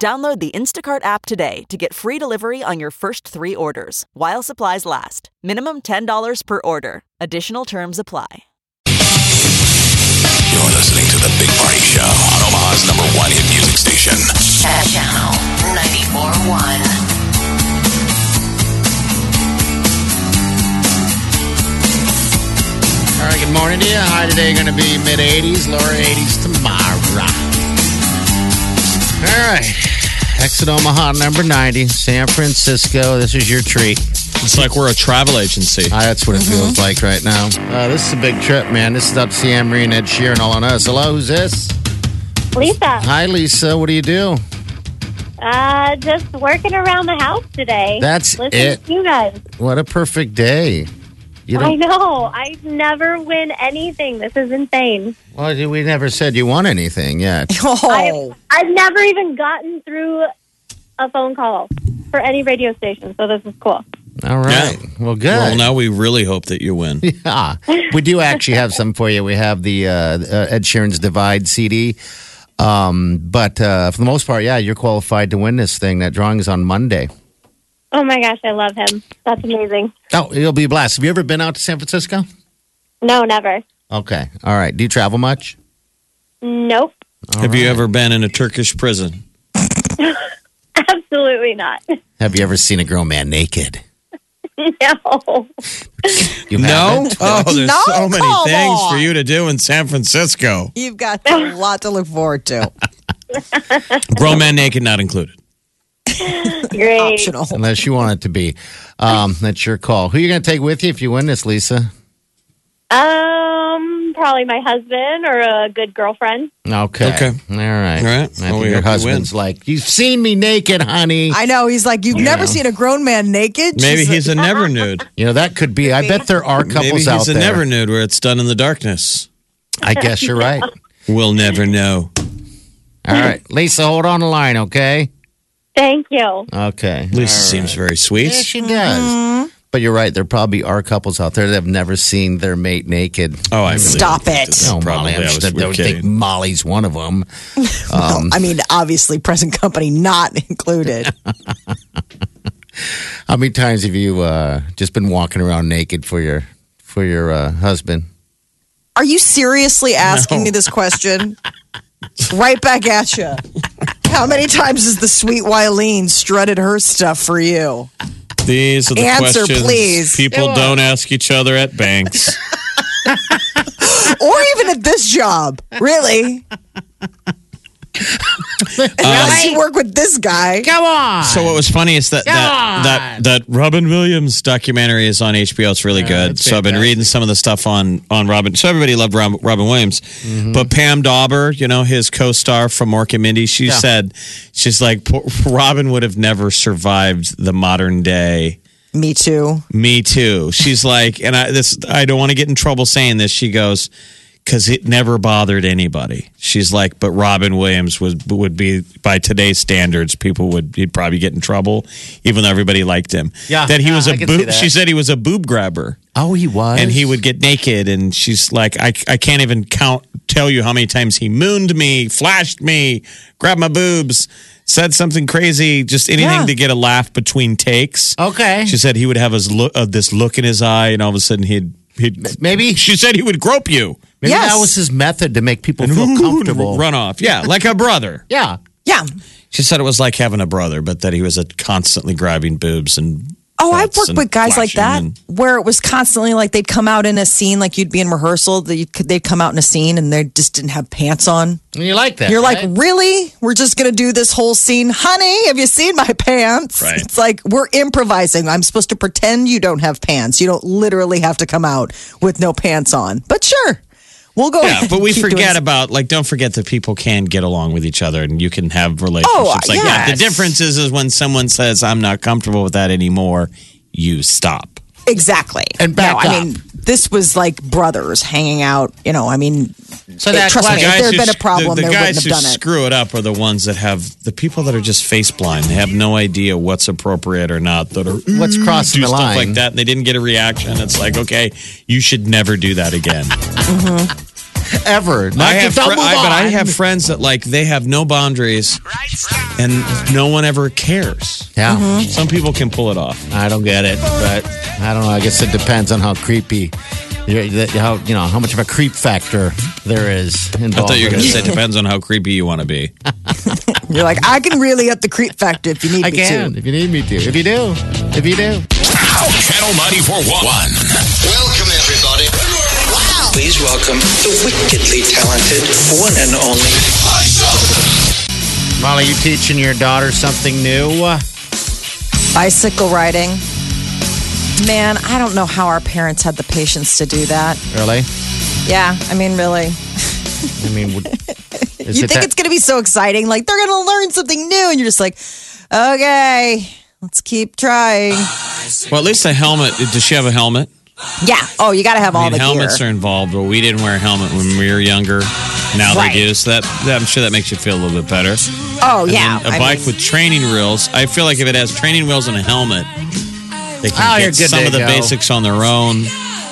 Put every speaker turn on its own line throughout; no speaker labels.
Download the Instacart app today to get free delivery on your first three orders while supplies last. Minimum $10 per order. Additional terms apply.
You're listening to The Big Party Show on Omaha's number one hit music station.
Cat Channel 94.1.
All right, good morning to you. High today going to be mid 80s, lower 80s tomorrow. All right, exit Omaha number 90, San Francisco. This is your treat.
It's like we're a travel agency.
Ah, that's what it feels like right now. Uh, this is a big trip, man. This is up to Anne Marie and Ed Sheeran all on us. Hello, who's this?
Lisa,
Hi, Lisa. What do you do?
uh, just working around the house today.
That's
Listen
it.
To you guys.
What a perfect day. You
I
don't,
know. I never win anything. This is insane.
well, we never said you won anything yet.
Oh,
I've never even gotten through a phone call for any radio station, so this is cool.
All right. Well, good.
Well, now we really hope that you win.
Yeah, Ah, we do actually have some for you. We have the uh, uh, Ed Sheeran's Divide CD. Um, but uh, for the most part, yeah, you're qualified to win this thing. That drawing is on Monday.
Oh my gosh, I love him. That's amazing.
Oh, it'll be a blast. Have you ever been out to San Francisco?
No, never.
Okay. All right. Do you travel much?
Nope.
Have you ever been in a Turkish prison?
Absolutely not.
Have you ever seen a grown man naked?
no.
You
No.
haven't?
Oh, there's
No?
so many
Come
things for
on.
you to do in San Francisco.
You've got a lot to look forward to.
Bro, man, naked not included.
Great.
Optional.
Unless you want it to be. Um, that's your call. Who you going to take with you if you win this, Lisa?
Um, probably my husband or a good girlfriend.
Okay.
Okay.
All right.
All right.
I
Well,
think
we
your
hope you
husband's like, you've seen me naked, honey.
I know. He's like, you've never
know.
seen a grown man naked.
Maybe
She's
he's a never nude.
You know, that could be. I bet there are couples
Maybe
out
he's a
there.
never nude where it's done in the darkness.
I guess you're right. All
We'll never know.
right. Lisa, hold on the line, okay?
Thank you.
Okay.
Lisa seems very
Yeah,
sweet.
she does. But you're right. There probably are couples out there that have never seen their mate naked.
Oh, I believe
Stop it.
No, Molly.
Probably,
I'm
Oh, I
sure
was-
that-
we're
I would think
kidding.
Molly's one of Um, them.
Well, I mean, obviously, present company not included.
How many times have you uh, just been walking around naked for your for your uh, husband?
Are you seriously asking me this question? right back at you. How many times has the sweet Wileen strutted her stuff for you?
These are the
Answer,
questions
please.
people don't ask each other at banks.
Or even at this job? Really? How does she work with this guy?
Come on.
So what was funny is that that, that that Robin Williams documentary is on HBO. It's
Uh,
really good.
it's
So I've been reading some of the stuff on on Robin. So everybody loved Rob, Robin Williams,
Mm-hmm.
but Pam Dauber, you know his co-star from Mork and Mindy, she said she's like "Poor- Robin would have never survived the modern day.
Me too.
Me too. She's like, and I this I don't want to get in trouble saying this. She goes. Because it never bothered anybody. She's like, but Robin Williams would would be by today's standards, people would he'd probably get in trouble, even though everybody liked him.
Yeah,
that he
yeah,
was a
I can see
boob.
that.
She said he was a boob grabber,
oh, he was.
and he would get naked. And she's like, I I can't even count tell you how many times he mooned me, flashed me, grabbed my boobs, said something crazy, just anything
Yeah.
to get a laugh between takes.
Okay.
She said he would have his look, uh, this look in his eye, and all of a sudden he'd he'd.
Maybe.
She said he would grope you
Maybe
Yes.
that was his method to make people feel comfortable.
run off. Yeah, like a brother.
Yeah.
Yeah.
She said it was like having a brother, but that he was a constantly grabbing boobs and.
Oh, I've
butts
worked
and
with guys like that
flashing and-
where it was constantly like they'd come out in a scene, like you'd be in rehearsal, that you'd- they'd come out in a scene and they just didn't have pants on.
And you like that.
You're
right?
like, really? We're just going to do this whole scene? Honey, have you seen my pants?
Right.
It's like, we're improvising. I'm supposed to pretend you don't have pants. You don't literally have to come out with no pants on. But sure, We'll go. ahead
Yeah,
and
but we
Oh, keep doing
forget
s-
about like don't forget that people can get along with each other and you can have relationships
Oh,
like that. The
yes.
difference is is when someone says I'm not comfortable with that anymore, you stop.
exactly.
And back
no, I mean, this was like brothers hanging out. You know, I mean,
So
Hey,
that
trust me,
question-
if there had
who
been
s-
a problem,
the, the
they wouldn't
guys
have
who
done it.
screw it up are the ones that have the people that are just face blind. They have no idea what's appropriate or not. That are do
what's crossing the
stuff
line?
like that, and they didn't get a reaction. It's like, okay, you should never do that again.
Ever? Not,
I have,
don't
fri-
move
I, but I
on.
have friends that like they have no boundaries, and no one ever cares.
Yeah,
Mm-hmm.
Some people can pull it off.
I don't get it, but I don't know. I guess it depends on how creepy, you're- that- how you know how much of a creep factor there is
I
involved.
thought you were
with
going to
it.
say it depends on how creepy you want to be.
you're like, I can really up the creep factor if you need
I
me
can
to.
if you need me to. If you do, if you do.
Channel 941.
Welcome, everybody. Wow. Please welcome the wickedly talented one and only.
Molly, you teaching your daughter something new?
Bicycle riding. Man, I don't know how our parents had the patience to do that.
Really?
Yeah, I mean, really.
I mean, would- is
you
it
think
that-
it's going to be so exciting. Like, they're going to learn something new. And you're just like, okay, let's keep trying.
Well, at least a helmet. Does she have a helmet?
Yeah. Oh, you got to have all
I mean,
the
helmets
gear.
are involved, but we didn't wear a helmet when we were younger. Now
Right.
they do, so that, that- I'm sure that makes you feel a little bit better.
oh,
And
yeah.
then a
I
bike
mean,
with training wheels. I feel like if it has training wheels and a helmet, they can
Oh, you're
get
good
some
to
of the
go.
basics on their own.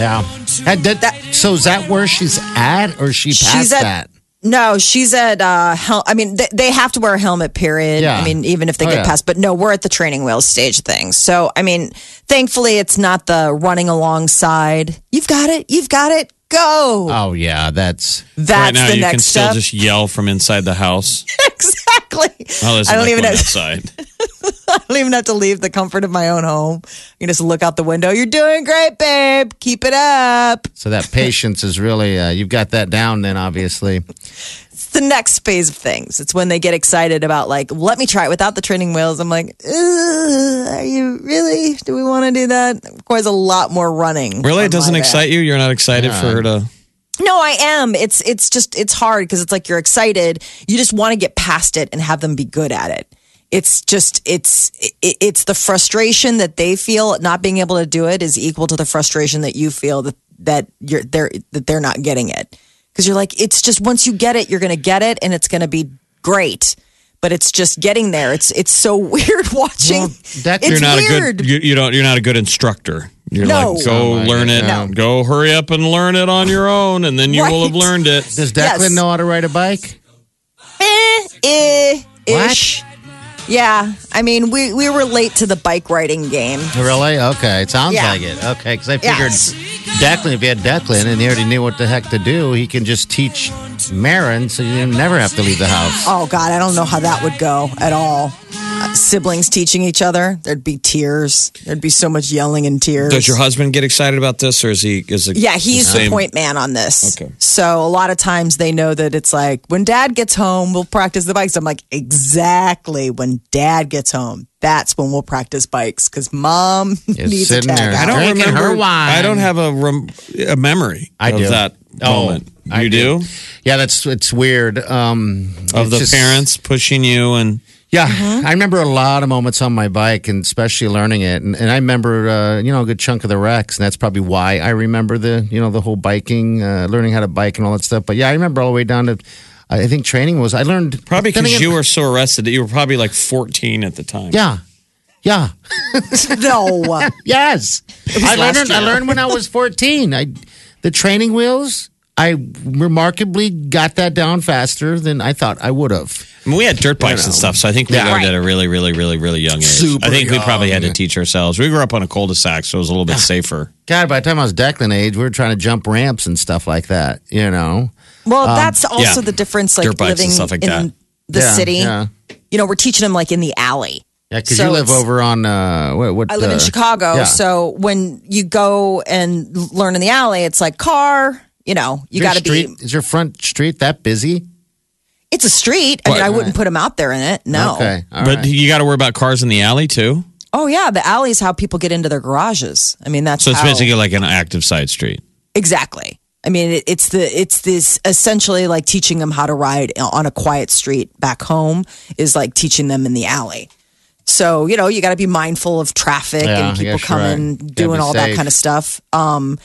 Yeah. That- that- so is that where she's at, or is she past
She's at-
that?
No, she's at. Uh, hel- I mean, they, they have to wear a helmet. Period.
Yeah.
I mean, even if they
Oh,
get
yeah.
past. But no, we're at the training wheels stage thing. So I mean, thankfully, it's not the running alongside. You've got it. You've got it. Go.
Oh yeah, that's
right
That's
Uh, now,
the
you
next
can still
step.
just yell from inside the house.
exactly.
Oh, there's
I don't
another
even
one
have.
outside.
I don't even have to leave the comfort of my own home. I can just look out the window. You're doing great, babe. Keep it up.
so that patience is really uh, you've got that down. Then obviously,
It's the next phase of things. It's when they get excited about like, let me try it without the training wheels. I'm like, "Ugh, are you really? Do we want to do that? Requires a lot more running.
Really,
on
it doesn't
Oh, my end.
excite you. You're not excited for her to.
No, I am. It's it's just it's hard because it's like you're excited. You just want to get past it and have them be good at it. It's just it's it, it's the frustration that they feel at not being able to do it is equal to the frustration that you feel that that you're they're that they're not getting it because you're like it's just once you get it you're gonna get it and it's gonna be great. But it's just getting there. It's it's so weird watching.
that-
it's
you're not
weird.
a good. You, you don't. You're not a good instructor. You're
No.
like, go
Sound like
learn
it,
it.
no.
Go hurry up and learn it on your own, and then you will have
Right.
learned it.
does
Yes.
Declan know how to ride a bike?
eh, eh,
What?
ish. Yeah, I mean, we, we were late to the bike riding game.
Really? Okay, it sounds
Yeah.
like it. Okay, because I figured
Yes.
Declan, if he had Declan and he already knew what the heck to do, he can just teach Marin, so you never have to leave the house.
Oh God, I don't know how that would go at all. Uh, siblings teaching each other, there'd be tears. There'd be so much yelling and tears.
Does your husband get excited about this, or is he? Is it
yeah, he's the
same?
point man on this.
Okay.
So a lot of times they know that it's like when dad gets home, we'll practice the bikes. I'm like, exactly. When dad gets home, that's when we'll practice bikes because mom needs a
sitting
tag
there.
out.
I don't
Drinking
remember.
her wine.
I don't have a rem- a memory.
I
of
do.
that
Oh,
moment. You
I
do,
Yeah, that's it's weird. Um,
of
it's
the
just-
parents pushing you and
Yeah,
Mm-hmm.
I remember a lot of moments on my bike, and especially learning it. And, and I remember, uh, you know, a good chunk of the wrecks, and that's probably why I remember the, you know, the whole biking, uh, learning how to bike and all that stuff. But yeah, I remember all the way down to, I think training was. I learned
probably
then
because
again-
you were so arrested that you were probably like 14 at the time.
Yeah, yeah,
No.
yes. I
last
learned. I
year.
learned when I was fourteen. I, the training wheels. I remarkably got that down faster than I thought I would have.
I mean, we had dirt bikes and stuff, so I think we
Yeah.
learned at a really, really, really, really young age.
Super
I think we probably had to
young.
teach ourselves. We grew up on a cul-de-sac, so it was a little bit safer.
God, by the time I was Declan age, we were trying to jump ramps and stuff like that. You know.
Well, that's also
Um, yeah.
the difference, like
Dirt bikes and
living
stuff like
in
that.
the
Yeah,
city.
yeah.
You know, we're teaching them like in the alley.
Yeah, because
So
you live
it's-
over on uh, what? what
I live in
uh,
Chicago,
yeah.
so when you go and l- learn in the alley, it's like car. You know, you
Your
got to be.
street- Is your front street that busy?
It's a street. I mean, I wouldn't put them out there in it. No.
Okay. all
but
right.
you got to worry about cars in the alley too.
Oh yeah, the alley is how people get into their garages. I mean, that's
So it's
how-
basically like an active side street.
exactly. I mean, it, it's the it's this essentially like teaching them how to ride on a quiet street back home is like teaching them in the alley. So you know you got to be mindful of traffic
Yeah, I
and people
guess you're
coming,
right. Gotta
doing
be
all that
safe.
kind of stuff. Um,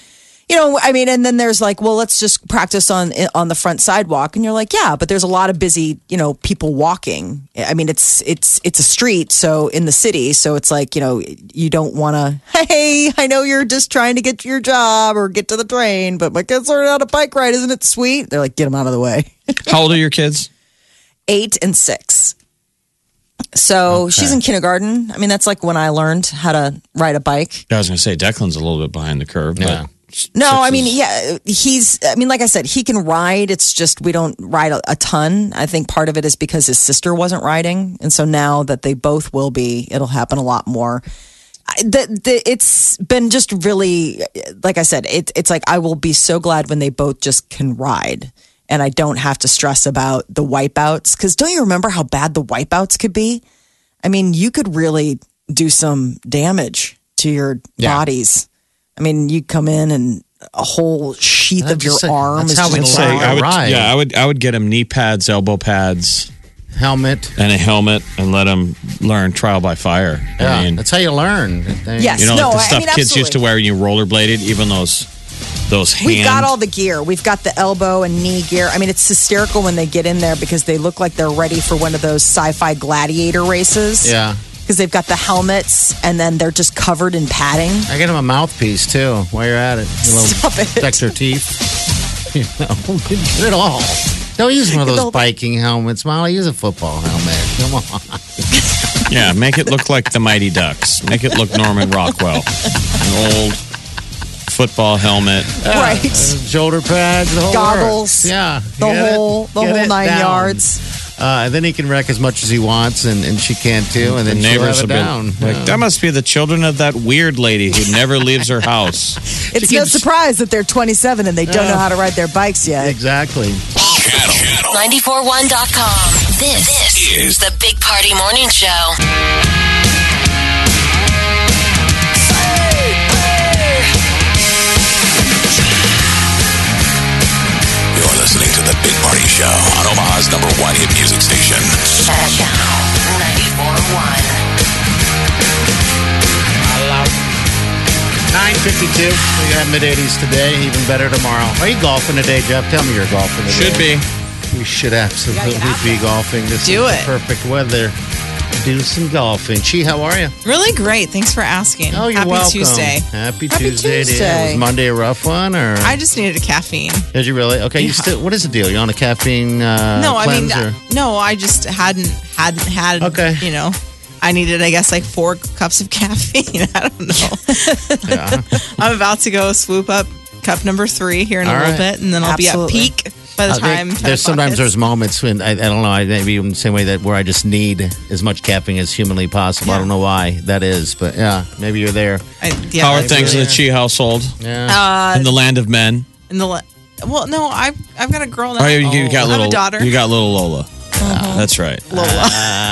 you know, I mean, and then there's like, well, let's just practice on on the front sidewalk, and you're like, yeah, but there's a lot of busy, you know, people walking. I mean, it's it's it's a street, so in the city, so it's like, you know, you don't want to. Hey, I know you're just trying to get to your job or get to the train, but my kids learned how to bike ride. Isn't it sweet? They're like, get them out of the way.
How old are your kids?
Eight and six. So she's in kindergarten. I mean, that's like when I learned how to ride a bike.
I was going to say Declan's a little bit behind the curve.
Yeah.
But
No, I mean, yeah, he's. I mean, like I said, he can ride. It's just we don't ride a, a ton. I think part of it is because his sister wasn't riding, and so now that they both will be, it'll happen a lot more. I- The, the, it's been just really, like I said, it, it's like I will be so glad when they both just can ride, and I don't have to stress about the wipeouts. Because don't you remember how bad the wipeouts could be? I mean, you could really do some damage to your
Yeah.
bodies. I mean, you come in and a whole sheath
That's
of your
just a-
arm
that's
is
how
just
we
I'd say
Wow.
I would,
Right.
yeah, I would, I would get him knee pads, elbow pads,
Helmet.
and a helmet, and let him learn trial by fire.
Yeah,
I mean,
that's how you learn.
Yes.
you know,
No,
like the
I- I
stuff
mean,
kids used to
absolutely.
wear when you rollerbladed, even those, those hands.
We've got all the gear. We've got the elbow and knee gear. I mean, it's hysterical when they get in there because they look like they're ready for one of those sci-fi gladiator races.
Yeah.
Because they've got the helmets and then they're just covered in padding.
I get them a mouthpiece too. While you're at it, you know,
Stop it.
protect their teeth. You know, get it all. Don't use one of those
all-
biking helmets, Molly. Use a football helmet. Come on.
Yeah, make it look like the Mighty Ducks. Make it look Norman Rockwell. An old football helmet.
right.
Shoulder pads, the whole
Goggles.
works. Yeah.
The
Get it?
whole- the
Get
whole
it
nine
down.
yards.
Uh, and then he can wreck as much as he wants, and, and she can too. And then
The
she'll
neighbors
have it
have
down.
been
Yeah.
like, that must be the children of that weird lady who never leaves her house.
It's no surprise that they're 27 and they don't know how to ride their bikes yet.
Exactly.
Channel, channel
941.com. This, this is the Big Party Morning Show.
You're listening to the Big Party Show on Omaha's number one hit music station.
Channel 941.
952. We got mid 80s today, even better tomorrow. Are you golfing today, Jeff? Tell me you're golfing today.
Should be.
We should absolutely be golfing. This
Do
is
it.
The perfect weather. Do some golfing. Chi, how are you?
Really great. Thanks for asking.
Oh, you're
Happy
welcome.
Tuesday.
Happy,
Happy
Tuesday. to you.
Tuesday.
Was Monday a rough one, or
I just needed a caffeine.
did you really? Okay, you
Yeah.
still. What is the deal? You on a caffeine uh,
no, I mean,
cleanse? or-
no, I just hadn't hadn't had.
Okay.
You know, I needed, I guess, like four cups of caffeine. I don't know.
yeah.
I'm about to go swoop up cup number three here in
All
a little
right.
bit, and then I'll be
Absolutely.
at peak by the
I
time.
think
10
Uh, there's
o'clock
sometimes
hits.
there's moments when I, I don't know I maybe in the same way that where I just need as much caffeine as humanly possible. I
Yeah.
don't know why that is, but yeah, maybe you're there.
I, yeah,
How are
like-
things in the Chi household?
Uh,
Yeah,
in the land of men?
in the le- well, no, I've I've got a girl now.
Oh, you, you got
I
little.
have a daughter. Uh-huh.
You got little Lola. That's right.
Lola.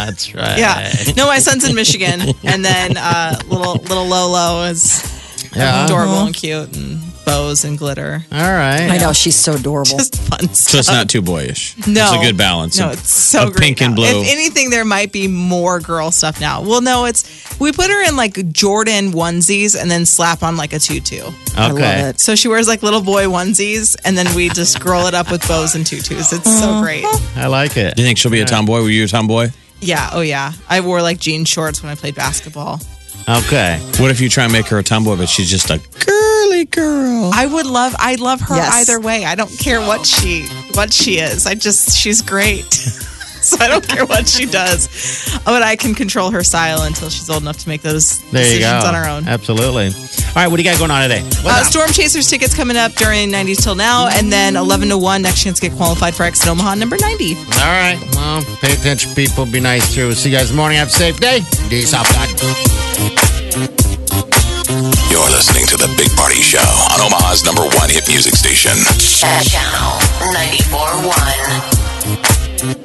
that's right.
Yeah.
Uh,
No, my son's in Michigan, and then uh, little little Lolo is
Oh.
Yeah.
adorable and cute, and bows and glitter.
All right.
I know she's so adorable.
Just fun
So
stuff.
it's not too boyish.
uh, No,
it's a good balance.
No,
of-
it's so
of
great
pink and
now.
blue.
If anything, there might be more girl stuff now. Well, no, it's we put her in like Jordan onesies and then slap on like a tutu.
I love
Okay.
it.
So she wears like little boy onesies, and then we just girl it up with bows and tutus. It's so great.
I like it.
Do you think she'll be a tomboy? Were you a tomboy?
Yeah. Oh yeah. I wore like jean shorts when I played basketball.
Okay.
What if you try and make her a tomboy, but she's just a girly girl?
I would love. I love her
Yes.
either way. I don't care what she what she is. I just she's great. so I don't care what she does, but I can control her style until she's old enough to make those
There you go.
decisions on her own.
Absolutely. All right. What do you got going on today?
Uh, Storm Chasers tickets coming up during 90s till now, and then 11 to 1 next chance to get qualified for Exit Omaha number 90.
All right. Well, pay attention, people. Be nice to. us. See you guys in the morning. Have a safe day. Peace out. God.
You're listening to the Big Party Show on Omaha's number one hit music station.
Channel 941.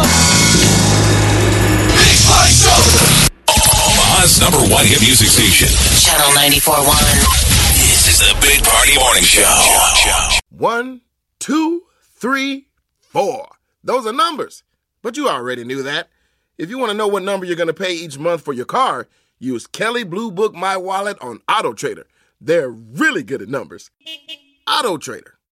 Big Party Show. Omaha's number one hit music station.
Channel 941.
This is the Big Party Morning Show.
One, two, three, four. Those are numbers, but you already knew that. If you want to know what number you're going to pay each month for your car, use Kelly Blue Book My Wallet on Auto Trader. They're really good at numbers. Auto Trader.